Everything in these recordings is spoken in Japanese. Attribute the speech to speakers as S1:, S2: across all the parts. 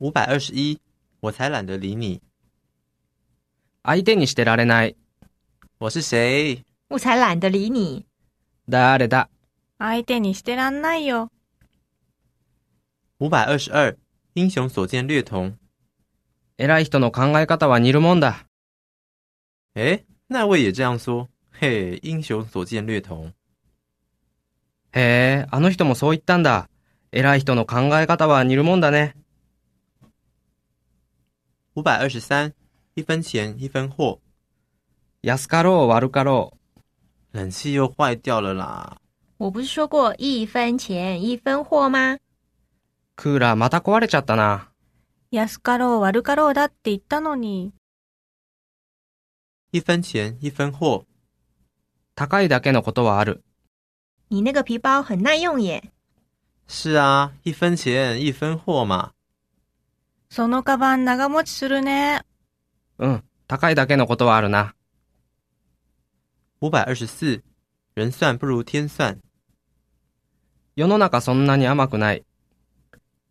S1: 五百二十一，我才懒得理你。
S2: 相手にしてられない。
S1: 我是谁？
S3: 我才懒得理你。
S2: 誰だ。
S4: 相手にしてらんないよ。
S1: 五百二十二，英雄所见略同。
S2: 偉い人の考え方は似るもんだ。
S1: 诶，那位也这样说。嘿，英雄所见略同。
S2: へえ、あの人もそう言ったんだ。偉い人の考え方は似るもんだね。
S1: 五百二十三，一分钱一分货。
S2: 安かろう悪かろう。
S1: 冷气又坏掉了啦！
S3: 我不是说过一分钱一分货吗？
S2: クーラーまた壊れちゃったな。
S4: 安かろう悪かろうだって言ったのに。
S1: 一分钱一分货。
S2: 高いだけのことはある。
S3: 你那个皮包很耐用耶。
S1: 是啊，一分钱一分货嘛。
S4: そのカバン長持ちするね。
S2: うん、高いだけのことはあるな。
S1: 五百二十四，人算不如天算。
S2: 世の中そんなに甘くない。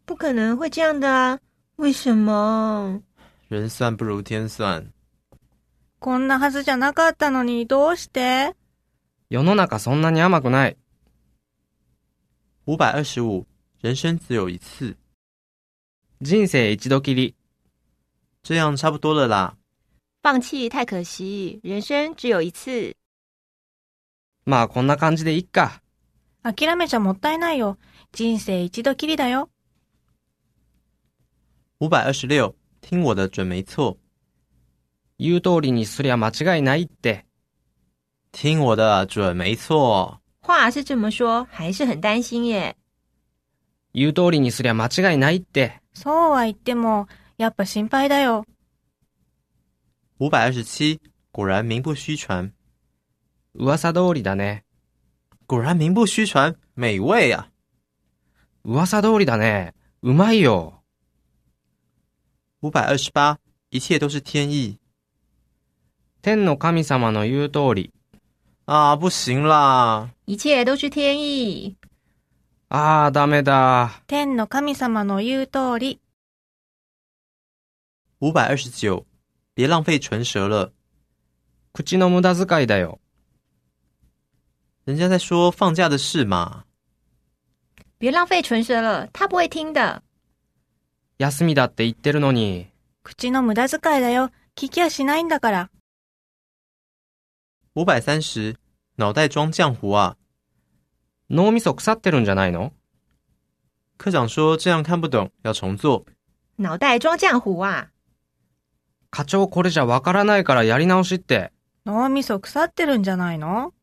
S3: 不可能会这样的啊！为什么？
S1: 人算不如天算。
S4: こんなはずじゃなかったのにどうして
S2: 世の中そんなに甘くない。
S1: 五百二十五，人生只有一次。
S2: 人生一度きり。
S1: 这样差不多了啦。
S3: 放弃太可惜，人生只有一次。
S2: まあこんな感じでいっか。
S4: 諦めちゃもったいないよ。人生一度きりだよ。
S1: 五百二十六，听我的准没错，
S2: 言う通りにすりゃ間違いないって。
S1: 听我的准没错。
S3: 话是这么说，还是很担心耶。
S2: 言う通りにすりゃ間違いないって。
S4: そうは言っても、やっぱ心配だよ。
S1: 五百二十七，果然名不虚传，
S2: 噂通りだね。
S1: 果然名不虚传，美味啊！
S2: 噂通りだね。うまいよ。
S1: 五百二十八，一切都是天意
S2: 天の神様の言う通り。
S1: 啊！不行啦，
S3: 一切都是天意。
S2: あーダメだ。
S4: 天の神様の言う通り。
S1: 五百二十九，别浪费唇舌了。
S2: 口の無駄遣いだよ。
S1: 人家在说放假的事嘛。
S3: 别浪费唇舌了，他不会听的。
S2: 休みだって言ってるのに。
S4: 口の無駄遣いだよ。聞きやしないんだから。
S1: 五百三十，脑袋装浆糊啊！
S2: 脳みそ腐ってるんじゃないの
S1: 科长说这样看不懂，要重做。
S3: 脑袋装浆糊啊！
S2: 課長これじゃわからないからやり直しって。
S4: 脳みそ腐ってるんじゃないの